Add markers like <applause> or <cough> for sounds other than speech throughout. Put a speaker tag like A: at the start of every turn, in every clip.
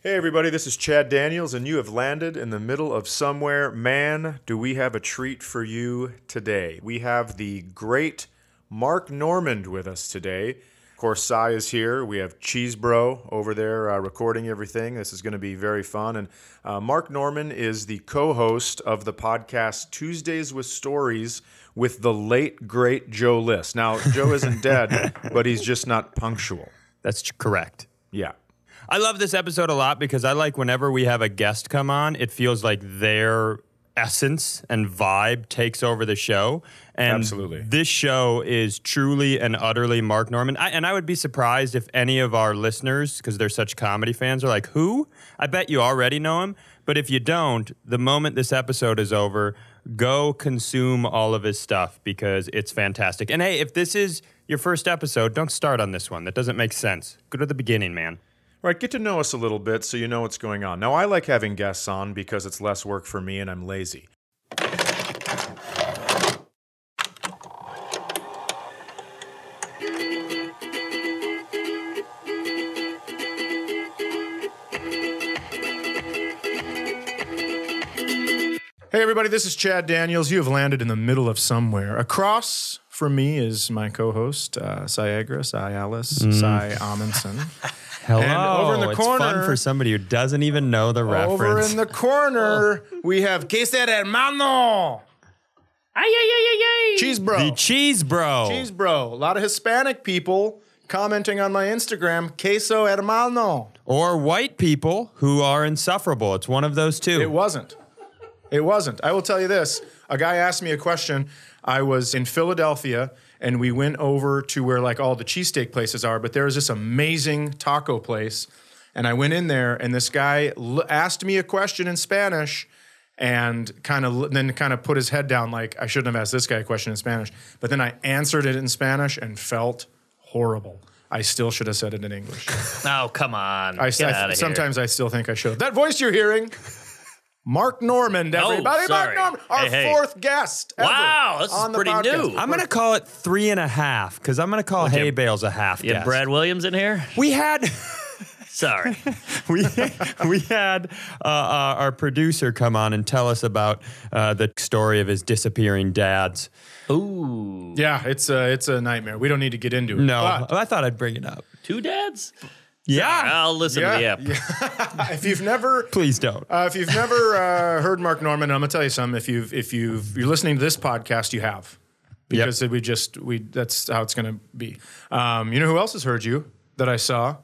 A: Hey, everybody, this is Chad Daniels, and you have landed in the middle of somewhere. Man, do we have a treat for you today? We have the great Mark Normand with us today. Of course, Sai is here. We have Cheese Bro over there uh, recording everything. This is going to be very fun. And uh, Mark Norman is the co host of the podcast Tuesdays with Stories with the late, great Joe List. Now, Joe isn't dead, <laughs> but he's just not punctual.
B: That's ch- correct.
A: Yeah.
B: I love this episode a lot because I like whenever we have a guest come on, it feels like their essence and vibe takes over the show. And
A: Absolutely.
B: this show is truly and utterly Mark Norman. I, and I would be surprised if any of our listeners, because they're such comedy fans, are like, who? I bet you already know him. But if you don't, the moment this episode is over, go consume all of his stuff because it's fantastic. And hey, if this is your first episode, don't start on this one. That doesn't make sense. Go to the beginning, man.
A: Right, get to know us a little bit so you know what's going on. Now, I like having guests on because it's less work for me and I'm lazy. Hey, everybody, this is Chad Daniels. You have landed in the middle of somewhere. Across from me is my co host, uh, Saiagra, Sai Alice, Sai Amundsen.
B: Hello.
A: over in the
B: it's
A: corner-
B: fun for somebody who doesn't even know the reference.
A: Over in the corner, we have Que ser hermano.
C: Ay, ay, ay, ay, ay.
A: Cheese bro.
B: The cheese bro.
A: Cheese bro. A lot of Hispanic people commenting on my Instagram, queso hermano.
B: Or white people who are insufferable. It's one of those two.
A: It wasn't. It wasn't. I will tell you this. A guy asked me a question. I was in Philadelphia and we went over to where like all the cheesesteak places are, but there was this amazing taco place. And I went in there and this guy l- asked me a question in Spanish and kind of then kind of put his head down like I shouldn't have asked this guy a question in Spanish. But then I answered it in Spanish and felt horrible. I still should have said it in English.
C: Oh, come on.
A: I,
C: Get
A: I-
C: out of
A: sometimes I still think I should. That voice you're hearing, Mark Normand, everybody. Mark
C: Oh, sorry.
A: Normand, our
C: Hey, hey.
A: fourth guest. ever
C: Wow, this is
A: on the
C: pretty
A: podcast.
C: new.
B: I'm going to call it three and a half because I'm going to call hay bales a half.
C: Here. You
B: guess.
C: have Brad Williams in here?
B: We had. <laughs>
A: <laughs>
C: Sorry.
B: we we had uh, uh, our producer come on and tell us about uh, the story of his disappearing dads.
C: Ooh.
A: Yeah, it's a it's a nightmare. We don't need to get into it.
B: No,
A: But
B: I thought I'd bring it up.
C: Two dads?
B: Yeah,
C: I'll listen to the
A: yeah,
C: app.
A: yeah. uh, if you've never
B: please don't.
A: uh, if you've never uh, heard Mark Norman, I'm gonna tell you something. If you've if you've you're listening to this podcast, you have because we just we that's how it's gonna be. Um, you know who else has heard you that I saw?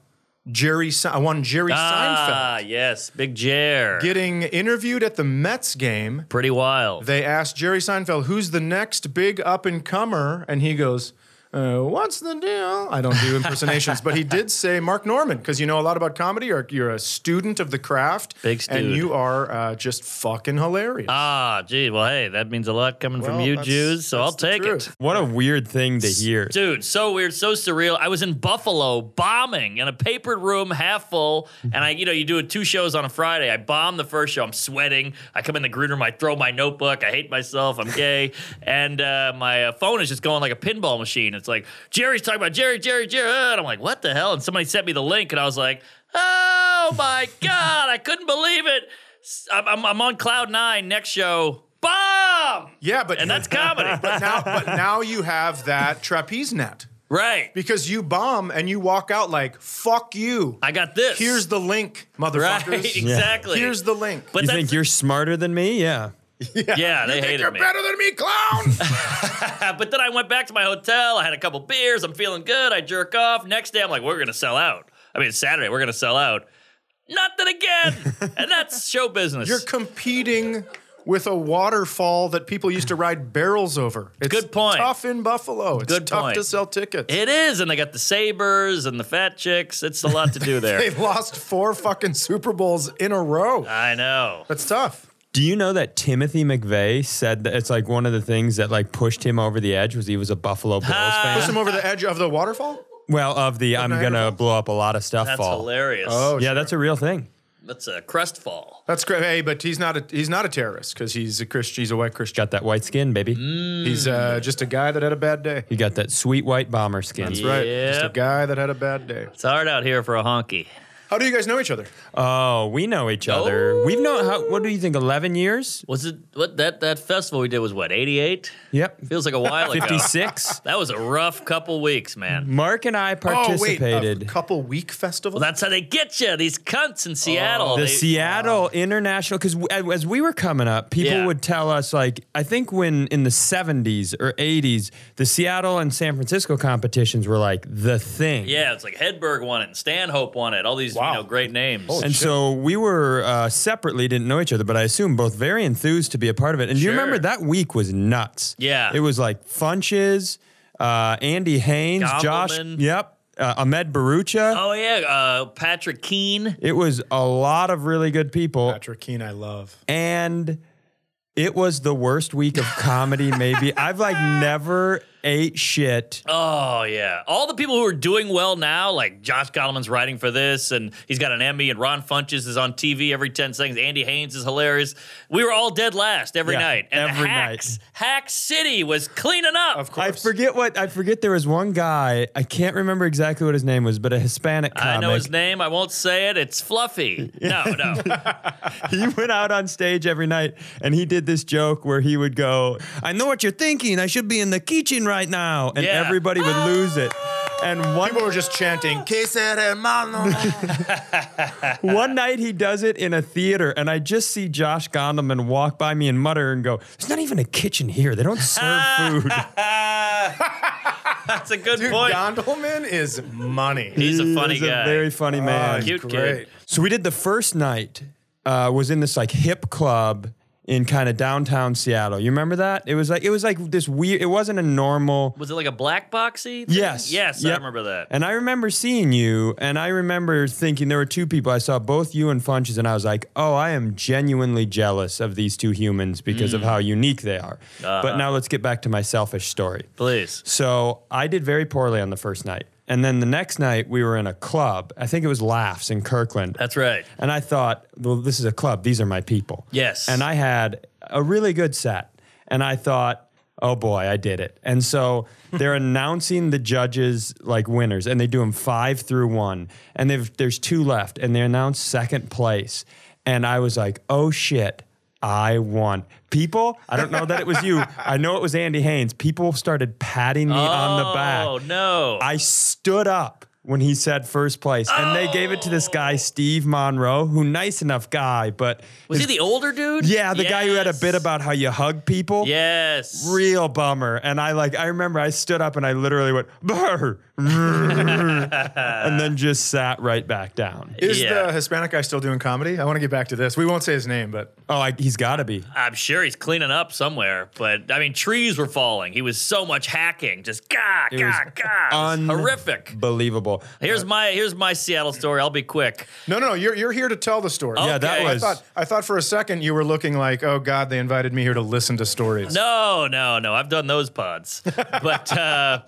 A: Jerry, Se- one Jerry Seinfeld
C: Ah, yes. Big Jer.
A: getting interviewed at the Mets game.
C: pretty wild.
A: they asked Jerry Seinfeld, who's the next big up and comer? And he goes, uh, what's the deal? I don't do impersonations,
C: <laughs>
A: but he did say Mark Norman because you know a lot about comedy. You're, you're a student of the craft,
C: Big
A: and
C: stud.
A: you are uh, just fucking hilarious.
C: ah, gee. Well, hey, that means a lot coming from
A: Well,
C: you
A: that's-
C: Jews, so
A: that's
C: I'll
A: the
C: take
A: truth.
C: it.
B: What a weird thing to hear.
C: Dude, so weird, so surreal. I was in Buffalo bombing in a papered room half full. And I, you know, you do two shows on a Friday. I bomb the first show. I'm sweating. I come in the green room. I throw my notebook. I hate myself. I'm gay. and uh, my uh, phone is just going like a pinball machine. It's like, Jerry's talking about Jerry, Jerry, Jerry. uh, And I'm like, what the hell? And somebody sent me the link. And I was like, oh my <laughs> God, I couldn't believe it. S- I'm, I'm- I'm on Cloud Nine. Next show, bomb.
A: Yeah, but
C: And that's comedy.
A: <laughs> but now, but now you have that trapeze net
C: right.
A: because you bomb and you walk out like fuck you.
C: I got this.
A: Here's the link,
C: Right, <laughs>
A: motherfuckers. <laughs>
C: exactly.
A: Here's the link.
C: but
B: you
C: that's-
B: think you're smarter than me? Yeah.
C: yeah, they hated
A: You're
C: me.
A: better than me, clown.
C: <laughs> But then I went back to my hotel. I had a couple beers. I'm feeling good. I jerk off. Next day, I'm like, we're gonna sell out. I mean, it's Saturday, we're gonna sell out. Nothing again. and that's show business.
A: You're competing with a waterfall that people used to ride barrels over. It's
C: Good point.
A: Tough in Buffalo. It's
C: Good
A: tough
C: point.
A: to sell tickets.
C: it is, and they got the sabers and the fat chicks. It's a lot to
A: <laughs>
C: do
A: <laughs>
C: there.
A: They've lost four fucking Super Bowls in a row.
C: I know.
A: That's tough.
B: Do you know that Timothy McVeigh said that it's like one of the things that like pushed him over the edge was he was a Buffalo
C: <laughs>
B: Bills
A: Push
B: fan?
A: them over the edge of the waterfall.
B: Well, of the I'm
A: Niagara
B: gonna
A: Falls?
B: blow up a lot of stuff
C: That's
B: fall.
C: hilarious.
A: Oh,
B: Yeah, that's a real thing.
C: That's a crest fall.
A: that's great. Hey, but he's not a he's not a terrorist because he's a Christian. He's a white Christian.
B: Got that white skin, baby.
C: Mm.
A: He's uh, just a guy that had a bad day.
B: You got that sweet white bomber skin.
A: That's right. Just a
C: Yep.
A: guy that had a bad day.
C: It's hard out here for a honky.
D: How do you guys know each other?
B: Oh, we know each other.
C: Oh.
B: We've known how. What do you think? Eleven years?
C: Was it what that that festival we did was what 88?
B: Yep.
C: Feels like a while ago. <laughs>
B: Fifty-six.
C: That was a rough couple weeks, man.
B: Mark and
C: Oh,
B: I
C: uh,
A: Oh,
B: participated.
D: a couple week festival.
C: Well, that's how they get you. These cunts in Seattle.
B: Oh. the
C: They- um,
B: Seattle International, because as we were coming up, people
C: Yeah.
B: would tell us, like, I think when in the 70s or 80s, the Seattle and San Francisco competitions were like the thing.
C: yeah, it's like Hedberg won it, and Stanhope won it. All these you know great names.
B: And so we were uh, separately, didn't know each other, but I assume both very enthused to be a part of it. And do you remember
C: Sure.
B: that week was nuts?
C: Yeah.
B: It was like Funches, uh, Andy Haynes, Josh.
C: Gombleman.
B: Yep. Uh, Ahmed Barucha.
C: oh yeah, uh, Patrick Keene.
B: It was a lot of really good people.
D: Patrick Keane, I love.
B: and it was the worst week of comedy maybe i've like never ate shit
C: Oh yeah, all the people who are doing well now, like Josh Gottleman's writing for this, and he's got an Emmy, and Ron Funches is on TV every ten seconds. Andy Haynes is hilarious. We were all dead last every
B: Yeah,
C: night, and
B: every night.
C: Hacks, Hack City was cleaning up.
D: Of course.
B: i forget what i forget there was one guy i can't remember exactly what his name was but a hispanic comic
C: I know his name. I won't say it.
B: <laughs>
C: It's Fluffy. No, no.
B: he went out on stage every night and he did this joke where he would go i know what you're thinking i should be in the kitchen right now and
C: Yeah.
B: everybody would lose it and one
D: People were just chanting, "Que ser hermano."
B: <laughs> One night he does it in a theater, and I just see Josh Gondelman walk by me and mutter and go, "There's not even a kitchen here. They don't serve food."
C: <laughs> That's a good
D: Dude,
C: point.
D: Gondelman is money.
C: He's a
B: He
C: funny
B: is
C: guy.
B: a very funny man.
C: cute kid.
B: So we did the first night. Uh, was in this like hip club in kind of downtown Seattle. You remember that? It was like it was like this weird. It wasn't a normal.
C: was it like a black boxy? Thing?
B: Yes.
C: Yes, I
B: Yep.
C: remember that.
B: And I remember seeing you, and I remember thinking there were two people. I saw both you and Funches, and I was like, oh, I am genuinely jealous of these two humans because
C: Mm.
B: of how unique they are.
C: Uh-huh.
B: But now let's get back to my selfish story.
C: Please.
B: So I did very poorly on the first night. And then the next night, we were in a club. I think it was Laughs in Kirkland.
C: That's right.
B: And I thought, well, this is a club. These are my people.
C: Yes.
B: And I had a really good set. And I thought, oh boy, I did it. And
C: <laughs>
B: so they're announcing the judges like winners, and they do them five through one. And they've, there's two left, and they announce second place. And I was like, oh shit. I won. People, I don't know that it was
C: <laughs>
B: you. I know it was Andy Haynes. People started patting me on the back.
C: Oh no.
B: I stood up when he said first place, and they gave it to this
C: Oh.
B: guy Steve Monroe, who nice enough guy, but
C: was he the older dude?
B: yeah, the guy who had a
C: Yes.
B: bit about how you hug people.
C: Yes.
B: Real bummer. And I like I remember I stood up and I literally went <laughs> "Brr, brr," and then just sat right back down.
D: Is
C: Yeah.
D: the Hispanic guy still doing comedy? I want to get back to this. We won't say his name, but
B: Oh, I, he's got to be.
C: I'm sure he's cleaning up somewhere, but I mean, trees were falling. He was so much hacking, just gah, gah,
B: was
C: gah. It was
B: un-
C: horrific.
B: Believable.
C: Here's my here's my Seattle story. I'll be quick.
D: no, no, no. You're, you're here to tell the story.
B: Yeah, that
C: Okay.
D: I
B: was
D: thought I thought for a second you were looking like, oh God, they invited me here to listen to stories.
C: No, no, no. I've done those pods. But uh,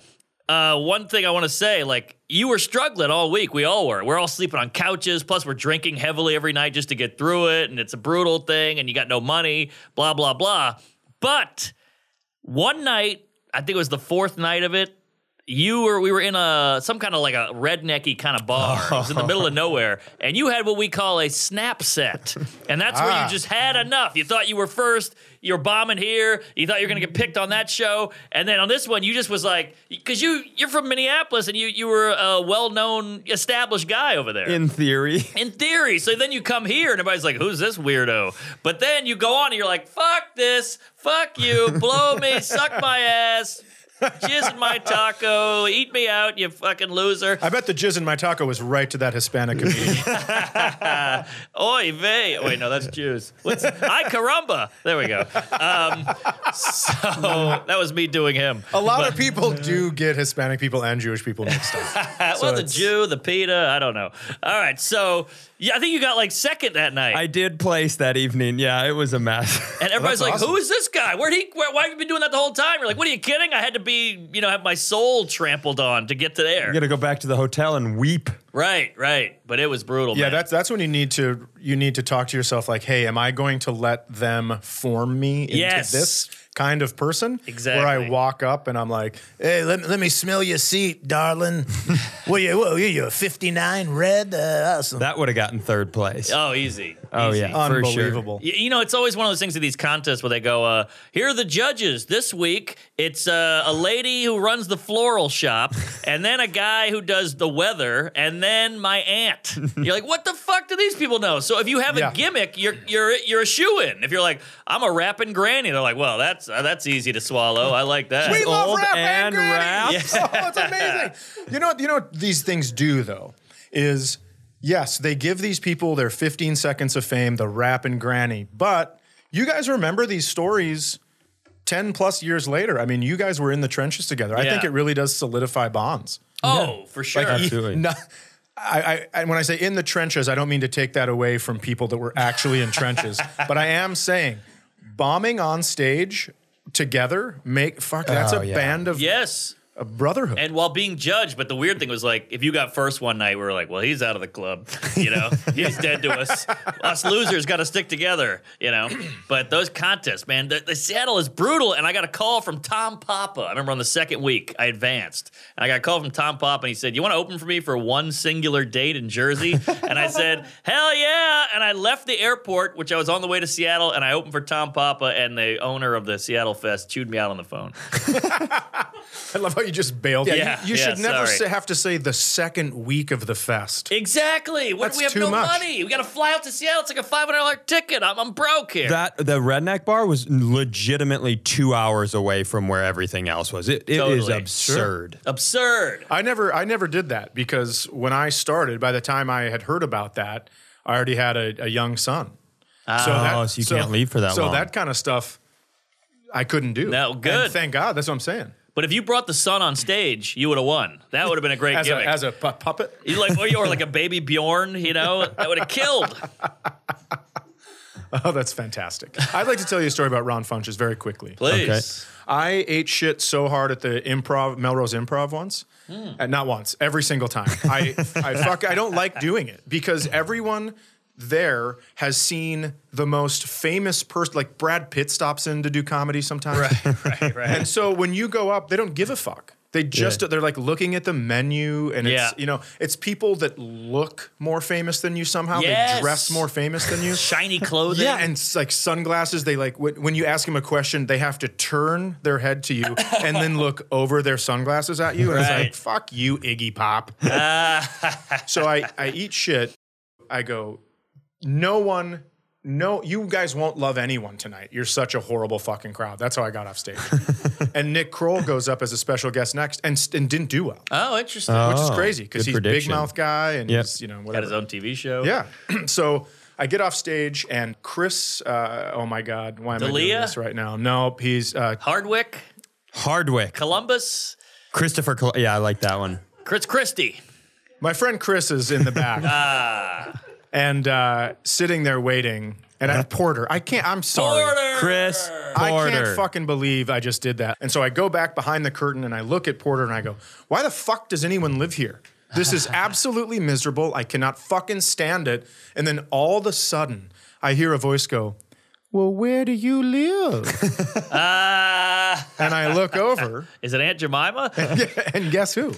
C: uh, one thing I want to say, like, you were struggling all week. We all were. We're all sleeping on couches. Plus, we're drinking heavily every night just to get through it. And it's a brutal thing. And you got no money, blah, blah, blah. But one night, I think it was the fourth night of it. You were we were in a some kind of like a rednecky kind of bar. It was in the middle of nowhere, and you had what we call a snap set, and that's where
D: Ah.
C: you just had enough. You thought you were first. You're bombing here. You thought you were gonna get picked on that show, and then on this one, you just was like, because you you're from Minneapolis, and you you were a well known established guy over there.
B: in theory.
C: In theory. So then you come here and everybody's like, who's this weirdo? But then you go on and you're like, fuck this, fuck you, blow me, suck my ass, jizz in my taco, eat me out, you fucking loser.
D: I bet the jizz in my taco was right to that Hispanic comedian.
C: Oy vey. Wait, no, that's Jews. What's I caramba? There we go. Um, so that was me doing him.
D: a lot of people do get Hispanic people and Jewish people mixed up.
C: well, the
D: it's-
C: Jew, the PETA, I don't know. All right, so yeah, I think you got like second that night.
B: I did place that evening. Yeah, it was a mess. <laughs>
C: And everybody's
D: that's
C: like,
D: awesome.
C: "Who is this guy? Where'd he? Where, why have you been doing that the whole time?" You're like, "What are you kidding? I had to be, you know, have my soul trampled on to get to there."
B: I got to go back to the hotel and weep.
C: Right, right. But it was brutal.
A: Yeah,
C: man.
A: that's that's when you need to you need to talk to yourself like, hey, am I going to let them form me into
C: Yes.
A: this kind of person? Where
C: Exactly.
A: I walk up and I'm like, hey, let, me- let me smell your seat,
C: <laughs>
A: darling. what you what, you a 59 red? Uh, awesome.
B: That would have gotten third place.
C: oh, easy.
B: oh
C: Easy.
B: yeah, for sure.
A: Unbelievable.
C: Y- You know, it's always one of those things at these contests where they go, uh, "Here are the judges this week." It's uh, a lady who runs the floral shop, and then a guy who does the weather, and then my aunt. You're like, "What the fuck do these people know?" So if you have
A: Yeah.
C: a gimmick, you're you're you're a shoe in. If you're like, "I'm a rapping granny," they're like, "Well, that's uh, that's easy to swallow. I like that."
A: We love
B: Old
A: rap and,
B: and
A: granny.
B: rap.
A: <laughs> Oh, it's amazing. You know, you know what these things do though is yes, they give these people their 15 seconds of fame, the rap and granny. But you guys remember these stories 10 plus years later. I mean, you guys were in the trenches together. I
C: Yeah.
A: think it really does solidify bonds.
C: oh, for sure.
B: Absolutely.
A: No- I, I, and when I say in the trenches, I don't mean to take that away from people that were actually in
B: <laughs>
A: trenches, but I am saying bombing on stage together make fuck. That's
B: Oh,
A: a
B: yeah.
A: band of
C: yes.
A: a brotherhood.
C: and while being judged, but the weird thing was like, if you got first one night, we were like, well, he's out of the club, you know, he's dead to us. Us losers got to stick together, you know. But those contests, man, the, the Seattle is brutal. And I got a call from Tom Papa. I remember on the second week, I advanced, and I got a call from Tom Papa, and he said, "You want to open for me for one singular date in Jersey?" and I said, "Hell yeah!" And I left the airport, which I was on the way to Seattle, and I opened for Tom Papa, and the owner of the Seattle Fest chewed me out on the phone.
A: I love how you just bailed. Yeah,
C: Yeah,
A: you, you
C: yeah,
A: should never
C: sorry.
A: say, have to say the second week of the fest.
C: Exactly. What
A: That's
C: do we have
A: too
C: no
A: much.
C: money? We got to fly out to Seattle. It's like a five hundred dollar ticket. I'm, I'm broke here.
B: That the redneck bar was legitimately two hours away from where everything else was. It, it is
C: Totally.
B: absurd.
C: Absurd.
A: I never, I never did that because when I started, by the time I had heard about that, I already had a, a young son. so,
B: Oh, so you can't leave for that
A: So
B: long.
A: that kind of stuff, I couldn't do.
C: No, good.
A: And thank God. That's what I'm saying.
C: But if you brought the sun on stage, you would have won. That would have been a great
A: As a,
C: gimmick.
A: as a pu- puppet, <laughs>
C: you like or, or like a baby Bjorn, you know? That would
A: <laughs>
C: have killed.
A: oh, that's fantastic. I'd like to tell you a story about Ron Funches very quickly.
C: Please.
A: I ate shit so hard at the improv Melrose Improv once, Uh, not once, every single time. I I <laughs> fuck I don't like doing it because everyone there has seen the most famous person like Brad Pitt stops in to do comedy sometimes. Right, <laughs> right, right. And so when you go up, they don't give a fuck. They just they're like looking at the menu and
C: Yeah.
A: it's you know, it's people that look more famous than you somehow.
C: Yes.
A: They dress more famous than you.
C: Shiny clothing.
A: Yeah, and s- like sunglasses, they like when, when you ask them a question, they have to turn their head to you and then look over their sunglasses at you, and it's
C: Right.
A: like, "Fuck you, Iggy Pop." so I I eat shit. I go, no one, no, you guys won't love anyone tonight. You're such a horrible fucking crowd. That's how I got off stage. and Nick Kroll goes up as a special guest next, and s- and didn't do well,
C: oh, interesting.
A: which is
B: Oh,
A: crazy because
B: good
A: he's big
B: prediction.
A: mouth guy and
B: Yep.
A: he's you know whatever.
C: Got his own TV show.
A: Yeah. <clears throat> so I get off stage and Chris, uh, oh my God, why am I doing
C: D'Elia?
A: this right now? No, he's uh,
C: Hardwick,
B: Hardwick,
C: Columbus,
B: Christopher. Col- yeah, I like that one.
C: Chris Christie.
A: my friend Chris is in the
C: <laughs>
A: back
C: Ah.
A: and uh, sitting there waiting. And I, Porter, I can't. I'm sorry.
C: Porter.
B: Chris
A: I
B: Porter.
A: can't fucking believe I just did that. And so I go back behind the curtain and I look at Porter and I go, why the fuck does anyone live here? This is absolutely miserable. I cannot fucking stand it. And then all of a sudden, I hear a voice go, Well, where do you live?
C: Uh,
A: and I look over
C: is it
A: <laughs>
C: Aunt Jemima?
A: and guess who?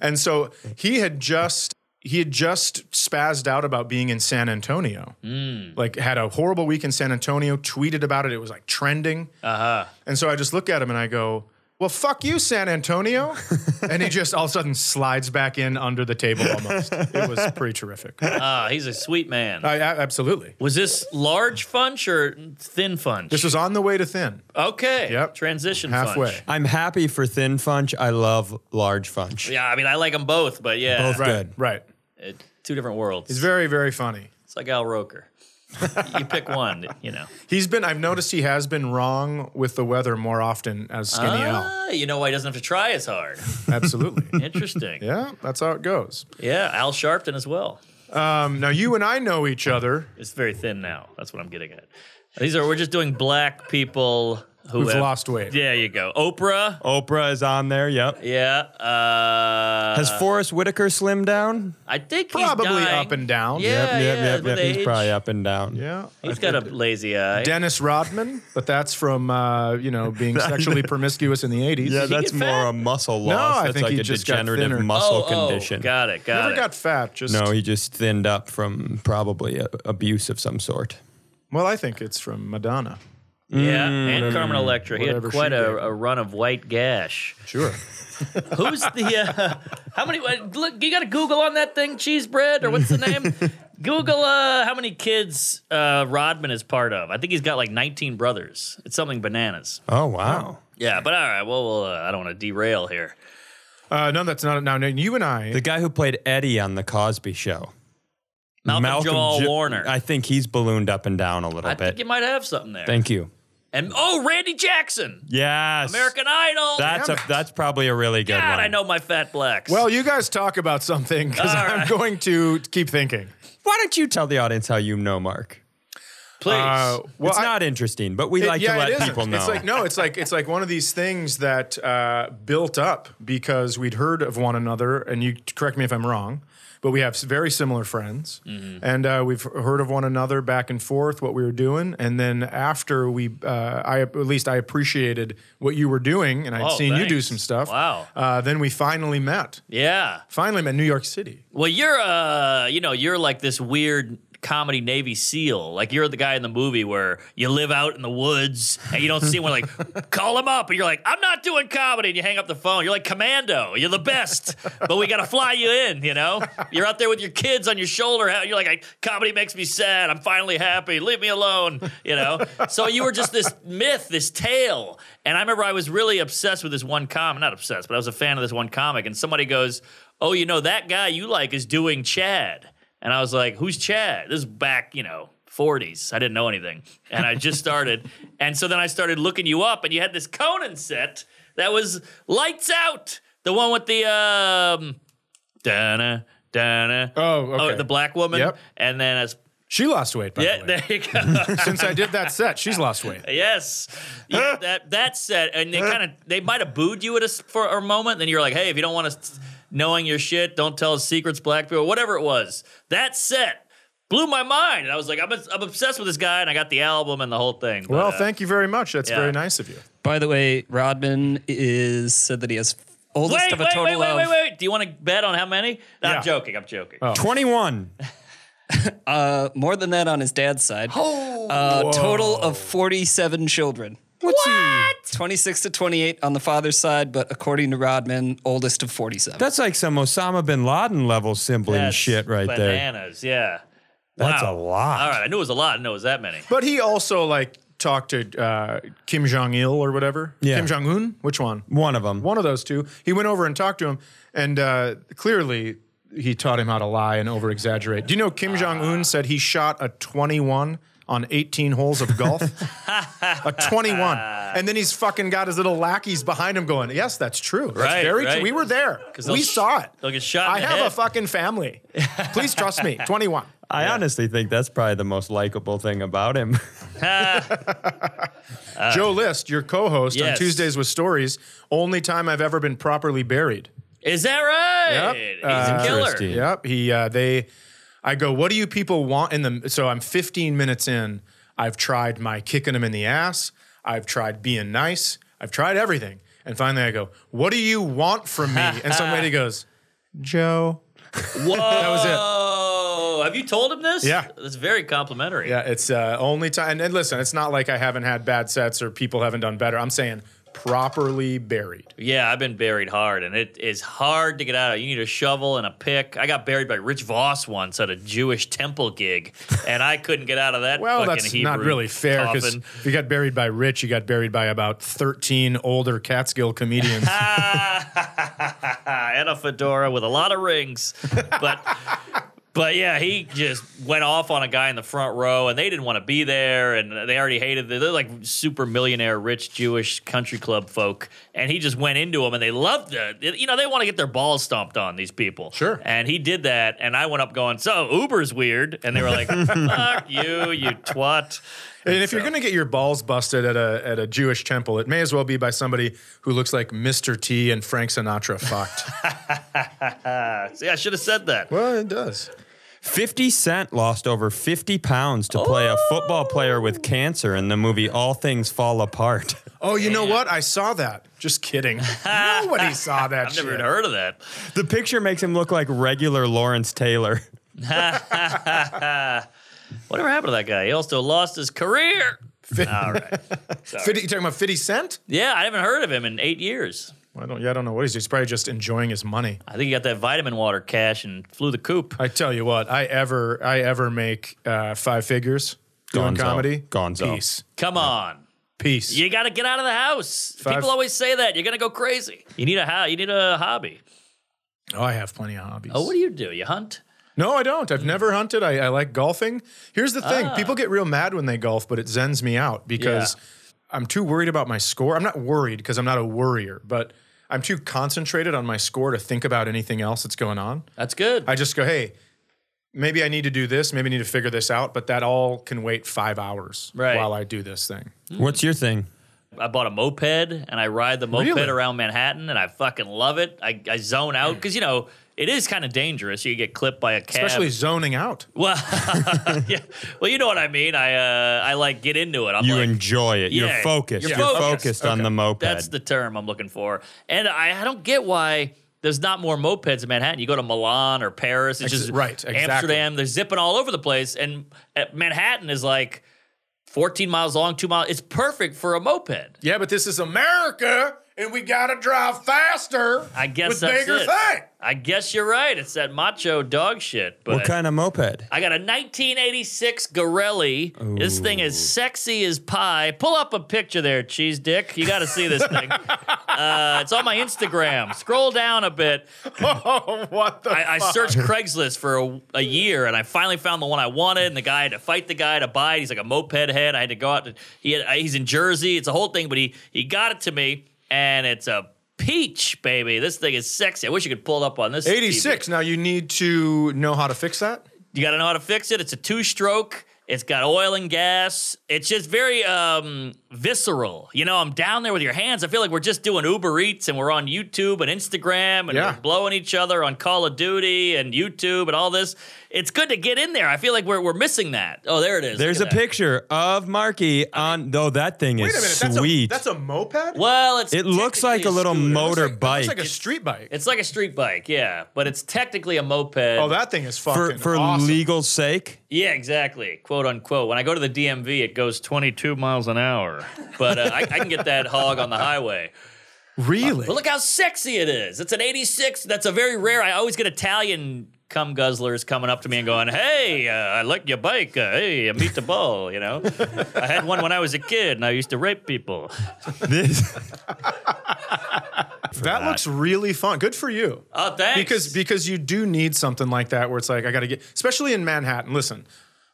A: And so he had just he had just spazzed out about being in San Antonio. Like had a horrible week in San Antonio, tweeted about it. It was like trending. Uh-huh. And so I just look at him and I go, "Well, fuck you, San Antonio." and he just all of a sudden slides back in under the table almost. it was pretty terrific. I,
C: Ah, he's a sweet man.
A: I, absolutely.
C: Was this large funch or thin funch?
A: This was on the way to thin.
C: Okay.
A: Yep.
C: Transition
A: Halfway.
C: funch.
B: I'm happy for Thin Funch. I love Large Funch.
C: Yeah, I mean, I like them both, but yeah,
B: Both
A: Right.
B: good.
A: Right.
C: it- two different worlds.
A: It's very very funny.
C: it's like Al Roker. you pick one, <laughs> you know.
A: He's been I've noticed he has been wrong with the weather more often as skinny Al.
C: Ah, you know why he doesn't have to try as hard.
A: <laughs> Absolutely.
C: Interesting. yeah.
A: yeah, that's how it goes.
C: Al Sharpton as well.
A: Um, now you and I know each other.
C: It's very thin now. That's what I'm getting at. These are we're just doing black people
A: Who's
C: whoever.
A: lost Oh. weight?
C: There you go. Oprah.
B: Oprah is on there. Yep.
C: Yeah. Uh,
B: Has Forrest Whitaker slimmed down?
C: I think he's
A: Probably
C: dying.
A: up and down.
C: Yeah, yeah. with
B: He's
C: age.
B: probably up and down.
A: Yeah.
C: He's got a lazy eye.
A: Dennis Rodman, but that's from uh, you know <laughs> being sexually promiscuous in the 80s.
B: Yeah,
C: he
B: that's
C: get
B: more
C: fat?
B: a muscle loss.
A: I
B: that's
A: think
B: like
A: he
B: a
A: just got
B: degenerative
A: thinner.
B: muscle
C: oh,
B: condition.
C: Oh, got it. Got
A: never
C: it.
A: got fat. Just
B: no, he just thinned up from probably a, abuse of some sort.
A: well, I think it's from Madonna.
C: yeah. And Carmen Electra. He had
A: Mm, Whatever
C: quite
A: she
C: a,
A: did.
C: a run of white gash.
A: Sure.
C: Who's the uh, how many? uh, Look, you got to Google on that thing, cheese bread or what's the name?
B: <laughs>
C: Google uh, how many kids uh, Rodman is part of. I think he's got like 19 brothers. It's something bananas.
B: Oh wow!
C: Yeah, but all right. Well, we'll uh, I don't want to derail here.
A: Uh, no, that's not. Now, now, you and I.
B: The guy who played Eddie on the Cosby Show,
C: Malcolm, Jamal
B: Jo-
C: Warner. I,
B: I think he's ballooned up and down a little
C: think
B: bit.
C: you might have something there.
B: Thank you.
C: and oh, Randy Jackson,
B: Yes,
C: American Idol.
B: That's
A: Damn
B: a
A: it.
B: that's probably a really good
C: God,
B: one.
C: I know my fat blacks.
A: well, you guys talk about something because
C: All
A: I'm
C: right.
A: going to keep thinking.
B: Why don't you tell the audience how you know Mark?
C: please.
A: Uh, well,
B: it's
A: I-
B: not interesting, but we
A: it-
B: <laughs> like
A: yeah,
B: to
A: it
B: let
A: isn't.
B: people know.
A: It's like no, it's like it's like one of these things that uh, built up because we'd heard of one another, and you correct me if I'm wrong, but we have s- very similar friends,
C: Mm-hmm.
A: and uh, we've heard of one another back and forth what we were doing, and then after we, uh, I at least I appreciated what you were doing, and I'd
C: Oh,
A: seen you do
C: thanks.
A: some stuff.
C: Wow.
A: Uh, then we finally met.
C: yeah.
A: Finally met in New York City.
C: Well, you're uh, you know, you're like this weird comedy Navy SEAL. Like you're the guy in the movie where you live out in the woods and you don't see one. Like <laughs> call him up, and you're like, I'm not doing comedy, and you hang up the phone. You're like Commando. You're the best, but we gotta fly you in. You know, you're out there with your kids on your shoulder. how- You're like, I, comedy makes me sad. I'm finally happy. Leave me alone. You know. so you were just this myth, this tale. And I remember I was really obsessed with this one comic. Not obsessed, but I was a fan of this one comic. And somebody goes oh, you know, that guy you like is doing Chad. And I was like, who's Chad? This is back, you know, 40s. I didn't know anything. And I
A: <laughs>
C: just started. and so then I started looking you up, and you had this Conan set that was lights out. The one with the, um, Dana, Dana.
A: Oh, okay.
C: the black woman.
A: Yep. Oh,
C: And then as,
A: She lost weight, by
C: yeah,
A: the way.
C: there you go.
A: Since I did that set, she's lost
C: <laughs>
A: weight.
C: Yes,
A: <laughs>
C: yeah, that that set, and they kind of they might have booed you at us for a moment. Then you're like, hey, if you don't want us knowing your shit, don't tell us secrets, black people, whatever it was. That set blew my mind, and I was like, I'm, I'm obsessed with this guy, and I got the album and the whole thing. But,
A: Well,
C: uh,
A: thank you very much. That's
C: yeah.
A: very nice of you.
E: By the way, Rodman is said that he has all this
C: Wait,
E: stuff
C: wait,
E: a total
C: wait, wait,
E: of
C: wait, wait. Do you want to bet on how many? No,
A: Yeah. Oh,
C: I'm joking. I'm joking.
B: Twenty-one.
E: Uh, more than that on his dad's side. Oh, uh, total of forty-seven children.
B: What's He?
E: Twenty-six to twenty-eight on the father's side, but according to Rodman, oldest of forty-seven.
B: That's like some Osama bin Laden level sibling
C: That's
B: shit right there.
C: Bananas. Yeah.
B: That's a
C: Wow.
B: lot.
C: All right, I knew it was a lot. I know it was that many.
A: But he also like talked to uh, Kim Jong Il or whatever.
B: Yeah.
A: Kim Jong Un, which one?
B: One of them.
A: One of those two. He went over and talked to him, and uh, clearly he taught him how to lie and over exaggerate. Do you know Kim Jong Un said he shot a 21 on 18 holes of golf? a 21. And then he's fucking got his little lackeys behind him going, Yes, that's true. That's
C: Right,
A: very
C: right.
A: true. We were there.
C: they'll
A: We
C: sh-
A: saw it.
C: they'll get shot in
A: I
C: the
A: have a
C: head."
A: fucking family. Please trust
C: <laughs>
A: me. 21.
B: I honestly think that's probably the most likable thing about him. <laughs>
A: Joe List, your co-host on
C: Yes.
A: Tuesdays with Stories, only time I've ever been properly buried.
C: Is that right?
A: Yep.
C: He's a killer.
B: Interesting.
A: Yep. He uh, they I go, what do you people want in the so I'm 15 minutes in. I've tried my kicking him in the ass. I've tried being nice. I've tried everything. And finally I go, what do you want from me? And some lady goes, Joe.
C: Whoa. that
A: was it.
C: Oh, have you told him this?
A: Yeah.
C: That's very complimentary.
A: Yeah, it's uh, only time. And, and listen, it's not like I haven't had bad sets or people haven't done better. I'm saying properly buried.
C: Yeah, I've been buried hard, and it is hard to get out of. You need a shovel and a pick. I got buried by Rich Voss once at a Jewish temple gig, and I couldn't get out of that.
A: Well,
C: fucking
A: that's
C: Hebrew
A: not really fair because
C: coffin.
A: if you got buried by Rich, you got buried by about 13 older Catskill
C: <laughs>
A: comedians.
C: and a fedora with a lot of rings. But but yeah, he just went off on a guy in the front row, and they didn't want to be there, and they already hated. They're like super millionaire, rich Jewish country club folk, and he just went into them, and they loved it. You know, they want to get their balls stomped on these people.
A: Sure.
C: And he
A: <laughs>
C: did that, and I went up going, "So Uber's weird," and they were like, "Fuck you, you twat."
A: And if you're going to get your balls busted at a at a Jewish temple, it may as well be by somebody who looks like Mr. T and Frank Sinatra
C: <laughs>
A: fucked.
C: See, I should have said that.
A: well, it does.
B: 50 Cent lost over 50 pounds to play a football player with cancer in the movie All Things Fall Apart. <laughs>
A: Oh, you know what? I saw that. Just
C: <laughs>
A: kidding. Nobody saw that.
C: I've never
A: shit.
C: even heard of that.
B: The picture makes him look like regular Lawrence Taylor.
C: Whatever happened to that guy? He also lost his career. All right.
A: 50, you talking about 50 Cent?
C: Yeah, I haven't heard of him in eight years.
A: Well, I don't. Yeah, I don't know what he's. He's probably just enjoying his money.
C: I think he got that vitamin water cash and flew the coop.
A: I tell you what. I ever. I ever make uh, five figures <laughs> doing
B: Gonzo.
A: comedy.
B: Gonzo.
A: Peace.
C: Come on.
A: Peace.
C: You got to get out of the house.
A: Five-
C: People always say that. You're going to go crazy. You need a ho- you need a hobby.
A: Oh, I have plenty of hobbies.
C: Oh, what do you do? You hunt?
A: No, I don't. I've never hunted. I, I like golfing. Here's the thing
C: Ah.
A: people get real mad when they golf, but it zens me out because I'm too worried about my score. I'm not worried because I'm not a worrier, but I'm too concentrated on my score to think about anything else that's going on.
C: That's good.
A: I just go, hey, maybe I need to do this. Maybe I need to figure this out, but that all can wait five hours
C: Right.
A: while I do this thing.
B: What's your thing?
C: I bought a moped and I ride the moped
A: Really?
C: around Manhattan and I fucking love it. I, I zone out because, you know, it is kind of dangerous. You get clipped by a cab.
A: Especially zoning out.
C: <laughs> well, yeah. well, you know what I mean. I uh, I like get into it. I'm
B: You
C: like,
B: enjoy it. You're
C: Yeah,
B: focused.
C: you're
B: You're,
C: focused.
B: focused, on the moped.
C: That's the term I'm looking for. And I, I don't get why there's not more mopeds in Manhattan. You go to Milan or Paris, it's
A: Ex-
C: just
A: right, exactly.
C: Amsterdam. They're zipping all over the place, and uh, Manhattan is like 14 miles long, two miles. It's perfect for a moped.
A: Yeah, but this is America and we got to drive faster.
C: I guess
A: with
C: that's
A: bigger
C: it.
A: thing.
C: I guess you're right. It's that macho dog shit. But
B: what kind of moped?
C: I got a 1986 Gorelli. This thing is sexy as pie. Pull up a picture there, cheese dick. You got to see this
A: <laughs>
C: thing. uh, it's on my Instagram. Scroll down a bit.
A: <laughs> Oh, what the
C: I, I searched Craigslist for a, a year and I finally found the one I wanted. And the guy I had to fight the guy to buy it. He's like a moped head. I had to go out. To, he had, I- he's in Jersey. It's a whole thing, but he he got it to me, and it's a peach, baby. This thing is sexy. I wish you could pull it up on this. TV.
A: 86. Now you need to know how to fix that.
C: You got to know how to fix it. It's a two stroke. It's got oil and gas. It's just very um, visceral. You know, I'm down there with your hands. I feel like we're just doing Uber Eats and we're on YouTube and Instagram and
A: Yeah.
C: we're blowing each other on Call of Duty and YouTube and all this. It's good to get in there. I feel like we're, we're missing that. Oh, there it is.
B: There's a
C: Look at that.
B: picture of Marky on. Though that thing is sweet.
A: That's a, that's a moped?
C: Well, it's
B: it looks like a
C: technically
B: little
C: scooter.
A: It's
B: motor
A: like, It's
B: bike.
A: like a street bike.
C: It's like a street bike, yeah, but it's technically a moped.
A: oh, that thing is
B: for
A: fucking
B: for
A: awesome. <laughs>
B: legal sake,
C: Yeah, exactly. Quote unquote. When I go to the DMV, it goes 22 miles an hour, but uh, I, I can get that hog on the highway.
A: Really?
C: But look how sexy it is. It's an 86. That's a very rare. I always get Italian cum guzzlers coming up to me and going, Hey, uh, I like your bike. Uh, hey, I meet the ball, you know? I had one when I was a kid and I used to rape people.
B: this
A: that looks really fun. Good for you.
C: Oh, thanks.
A: because because you do need something like that where it's like I got to get especially in Manhattan. Listen,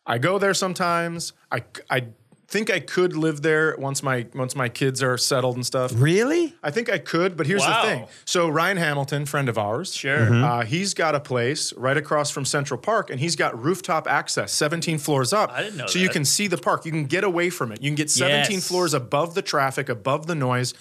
A: I go there sometimes. I I think I could live there once my once my kids are settled and stuff.
B: really?
A: I think I could, but here's
C: Wow.
A: the thing. So Ryan Hamilton, friend of ours,
C: Sure.
A: uh, he's got a place right across from Central Park, and he's got rooftop access, 17 floors up.
C: I didn't know
A: So you
C: that.
A: can see the park. You can get away from it. You can get 17
C: Yes.
A: floors above the traffic, above the noise.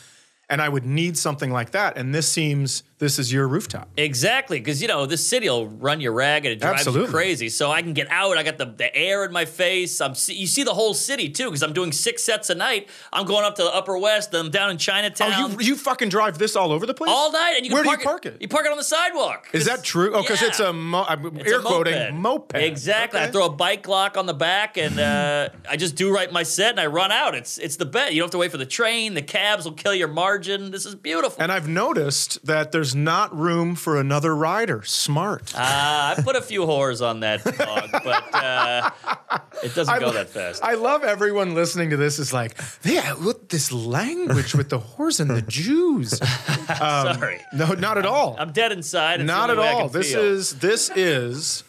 A: And I would need something like that. And this seems this is your rooftop.
C: Exactly, because you know this city will run you ragged. It drives you
A: Absolutely.
C: crazy. So I can get out. I got the, the air in my face. I'm see, you see the whole city too, because I'm doing six sets a night. I'm going up to the Upper West. I'm down in Chinatown
A: Oh, you you fucking drive this all over the place
C: all night, and you can
A: Where do you
C: park
A: park
C: You
A: it?
C: park it on the sidewalk.
A: Is that true? Oh, because
C: Yeah.
A: it's a mo- I'm
C: It's a
A: air quoting
C: moped.
A: moped.
C: Exactly. I
A: Okay.
C: throw a bike lock on the back, and uh, I just do right my set, and I run out. It's it's the bet. You don't have to wait for the train. The cabs will kill your margin. This is beautiful.
A: And I've noticed that there's not room for another rider. Smart.
C: Ah, I put a few whores on that dog, but uh, it doesn't go
A: lo-
C: that fast.
A: I love everyone listening to this is like, yeah, what this language with the whores and the Jews.
C: Sorry.
A: No, not at all.
C: I'm dead inside. It's
A: um, not
C: the
A: at
C: only way I
A: all.
C: can
A: This
C: feel.
A: is this is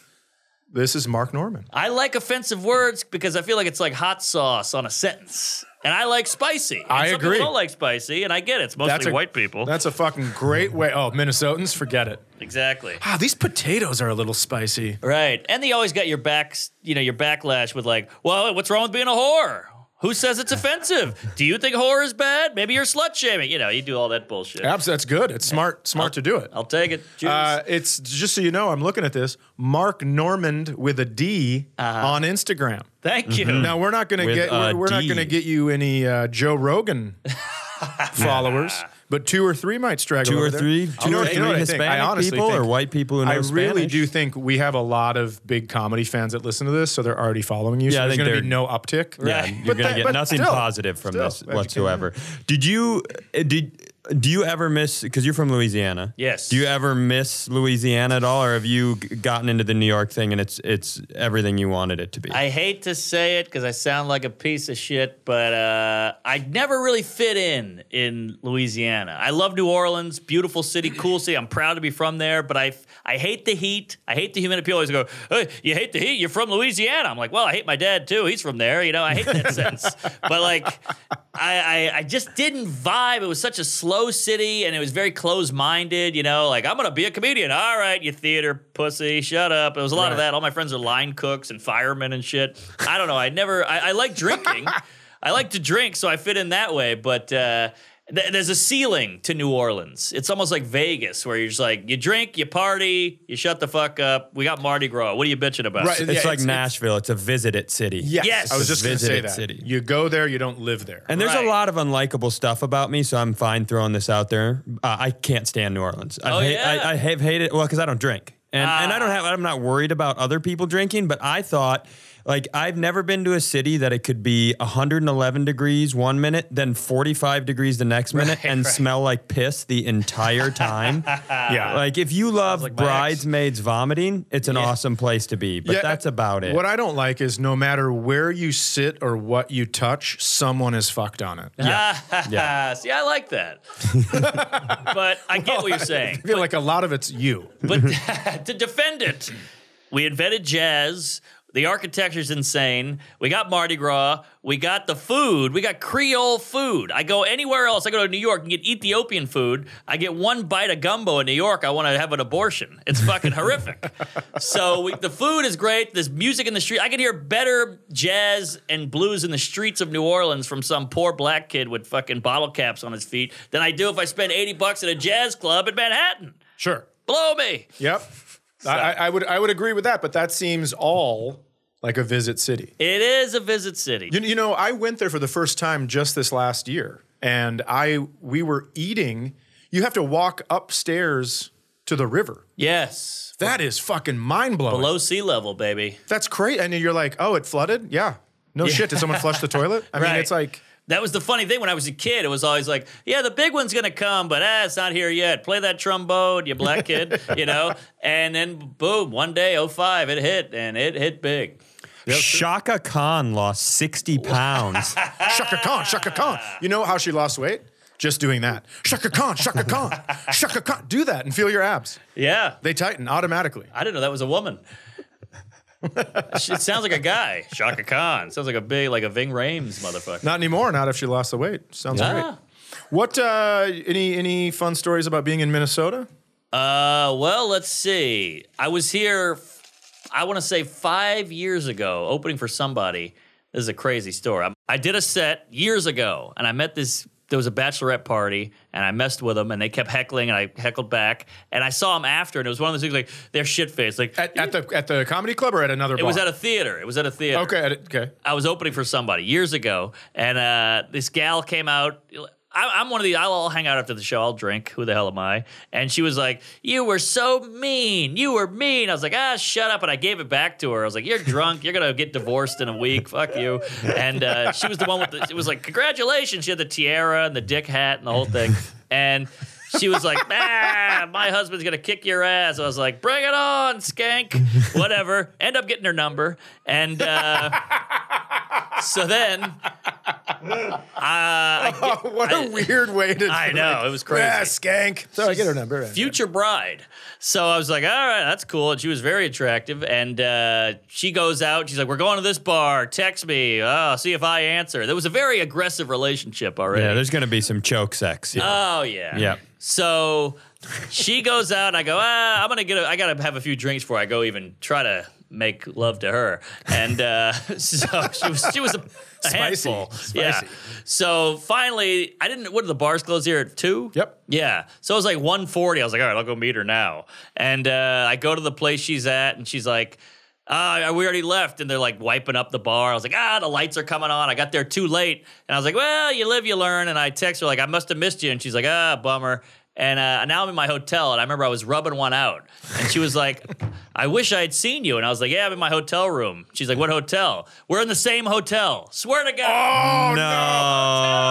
A: this is Mark Norman.
C: I like offensive words because I feel like it's like hot sauce on a sentence, and I like spicy. And
A: I
C: some people
A: agree.
C: Don't like spicy, and I get it. It's mostly white people.
A: That's a fucking great way. Oh, Minnesotans, forget it.
C: Exactly.
A: Ah, these potatoes are a little spicy.
C: Right, and they always got your backs. You know your backlash with like, well, what's wrong with being a whore? Who says it's offensive? Do you think horror is bad? Maybe you're slut shaming. You know, you do all that bullshit.
A: Abs, that's good. It's smart, smart to do it.
C: I'll take it. Juice.
A: Uh, it's just so you know, I'm looking at this. Mark Normand with a D
C: Uh-huh.
A: on Instagram.
C: Thank you.
A: Now we're not going to
B: Hmm. With
A: get we're,
B: a
A: we're not
B: D.
A: going to get you any uh, Joe
B: <laughs>
A: Rogan followers, but two or three might straggle.
B: Two or
A: over there.
B: three,
A: You
B: two
A: know
B: or
A: what-
B: three
A: you know what I think?
B: Hispanic
A: I honestly
B: people or
A: think-
B: white people who know
A: I really
B: Spanish?
A: do think we have a lot of big comedy fans that listen to this, so they're already following you.
B: Yeah,
A: so
B: I
A: there's
B: think
A: going to be
B: they're-
A: no uptick.
B: Yeah,
A: <laughs>
B: you're
A: But
B: gonna
A: that-
B: get
A: but
B: nothing
A: still,
B: positive from
A: still,
B: this
A: educated.
B: whatsoever. Did you uh, did do you ever miss? Because you're from Louisiana.
C: Yes.
B: Do you ever miss Louisiana at all, or have you g- gotten into the New York thing and it's it's everything you wanted it to be?
C: I hate to say it because I sound like a piece of shit, but uh, I never really fit in in Louisiana. I love New Orleans, beautiful city, cool city. I'm proud to be from there, but I I hate the heat. I hate the humidity. People always go, "Hey, you hate the heat? You're from Louisiana." I'm like, well, I hate my dad too. He's from there. You know, I hate that sense. But like, I, I I just didn't vibe. It was such a slow city, and it was very closed minded. You know, like I'm gonna be a comedian. All right, you theater pussy, shut up. It was a lot of that. All my friends are line cooks and firemen and shit. I don't know. I never. I, I like drinking. I like to drink, so I fit in that way. But uh, th- there's a ceiling to New Orleans. It's almost like Vegas, where you're just like you drink, you party, you shut the fuck up. We got Mardi Gras. What are you bitching about?
A: Right.
C: <laughs>
B: it's
A: yeah,
B: like
A: it's-
B: Nashville. It's, a visit it city.
A: Yes,
C: Yes.
A: I was just going to say
B: Visited
A: that.
B: city.
A: You go there, you don't live there.
B: And there's
C: Right.
B: a lot of unlikable stuff about me, so I'm fine throwing this out there. Uh, I can't stand New Orleans. I've
C: Oh,
B: hate-
C: yeah? Ah.
B: I, I have hated well because I don't drink, and and I don't have. I'm not worried about other people drinking, but I thought. Like I've never been to a city that it could be 111 degrees one minute, then 45 degrees the next minute, and smell like piss the entire
C: <laughs>
B: time.
A: yeah.
B: like if you love
C: my ex.
B: bridesmaids vomiting, it's an awesome place to be. But
A: Yeah,
B: that's about it.
A: What I don't like is no matter where you sit or what you touch, someone is fucked on it.
C: Ah, see, I like that. <laughs> but I get what you're saying.
A: I feel like a lot of it's
B: <laughs>
A: you.
C: But <laughs> to defend it, we invented jazz. The architecture's insane. We got Mardi Gras. We got the food. We got Creole food. I go anywhere else. I go to New York and get Ethiopian food. I get one bite of gumbo in New York. I want to have an abortion. It's fucking horrific. So we, the food is great. There's music in the street. I could hear better jazz and blues in the streets of New Orleans from some poor black kid with fucking bottle caps on his feet than I do if I spend 80 bucks at a jazz club in Manhattan.
A: Sure.
C: Blow me.
A: Yep. I, I I would I would agree with that, but that seems all like a visit city.
C: It is a visit city.
A: You, you know, I went there for the first time just this last year, and I we were eating. You have to walk upstairs to the river.
C: yes.
A: That is fucking mind blowing.
C: Low sea level, baby.
A: That's great. And you're like, oh, it flooded? Yeah. No shit. Did someone flush the toilet? I
C: Right.
A: mean, it's like,
C: That was the funny thing when I was a kid. It was always like, yeah, the big one's going to come, but ah, it's not here yet. Play that trombone, you black kid, you know? And then boom, one day, 05, it hit, and it hit big.
B: Shaka Khan lost 60 pounds.
A: Shaka Khan, Shaka Khan. You know how she lost weight? Just doing that. Shaka Khan, Shaka Khan, Shaka Khan. Do that and feel your abs.
C: Yeah.
A: They tighten automatically.
C: I didn't know that was a woman. it sounds like a guy. Shaka Khan. Sounds like a big, like a Ving Rames motherfucker.
A: Not anymore, not if she lost the weight. Sounds
C: Ah.
A: great. What uh any any fun stories about being in Minnesota?
C: Uh, well, let's see. I was here, f- I want to say five years ago, opening for somebody. This is a crazy story. I, I did a set years ago, and I met this. There was a bachelorette party, and I messed with them, and they kept heckling, and I heckled back. And I saw them after, and it was one of those things like they're shit faced. Like
A: At, at the at the comedy club or at another
C: it was at a theater. It was at a theater.
A: Okay, at, a-
C: <laughs>
A: okay.
C: I was opening for somebody years ago, and uh, this gal came out. I, I'm one of the. I'll, I'll hang out after the show. I'll drink. Who the hell am I? And she was like, "You were so mean. You were mean." I was like, "Ah, shut up!" And I gave it back to her. I was like, "You're drunk. You're gonna get divorced in a week. Fuck you." And uh, she was the one with. The, it was like, "Congratulations!" She had the tiara and the dick hat and the whole thing. And she was like, ah, my husband's gonna kick your ass. I was like, bring it on, skank. Whatever. End up getting her number. And uh, so then
A: what a weird way to
C: I know, it was crazy.
A: Yeah, skank. So I get her number.
C: future bride. So I was like, all right, that's cool. And she was very attractive. And uh, she goes out. She's like, we're going to this bar. Text me. Oh, see if I answer. There was a very aggressive relationship already.
B: yeah, there's going to be some choke sex. Yeah.
C: Oh yeah.
B: Yep.
C: So she goes out and I go, ah, I'm gonna get a, I gotta have a few drinks before I go even try to make love to her, and uh, <laughs> so she was she was a, a
A: Spicy.
C: handful.
A: Spicy.
C: Yeah. So finally, I didn't. What did the bars close here at two?
A: Yep.
C: Yeah. So it was like 1:40. I was like, all right, I'll go meet her now. And uh, I go to the place she's at, and she's like. Ah, we already left, and they're like wiping up the bar. I was like, ah, the lights are coming on. I got there too late, and I was like, well, you live, you learn. And I text her like, I must have missed you, and she's like, ah, bummer. And uh, now I'm in my hotel, and I remember I was rubbing one out, and she was like, <laughs> I wish I had seen you. And I was like, yeah, I'm in my hotel room. She's like, what hotel? We're in the same hotel. Swear to God.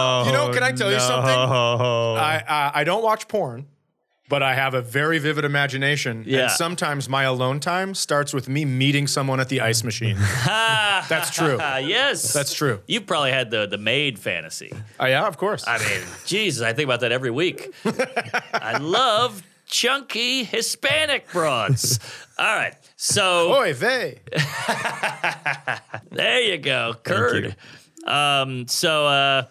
A: Oh
B: No.
A: You know, can I tell
C: Oh,
A: you something?
B: No.
A: I, I I don't watch porn, but I have a very vivid imagination.
C: Yeah.
A: And sometimes my alone time starts with me meeting someone at the ice
C: <laughs>
A: machine. That's true. Uh,
C: Ah, yes.
A: That's true.
C: You probably had the the maid fantasy.
A: Uh, yeah, of course.
C: I mean, Jesus, I think about that every week. I love chunky Hispanic broads. All right. So
A: Oy
C: <laughs>
A: vey.
C: there you go, curd. Um, so uh,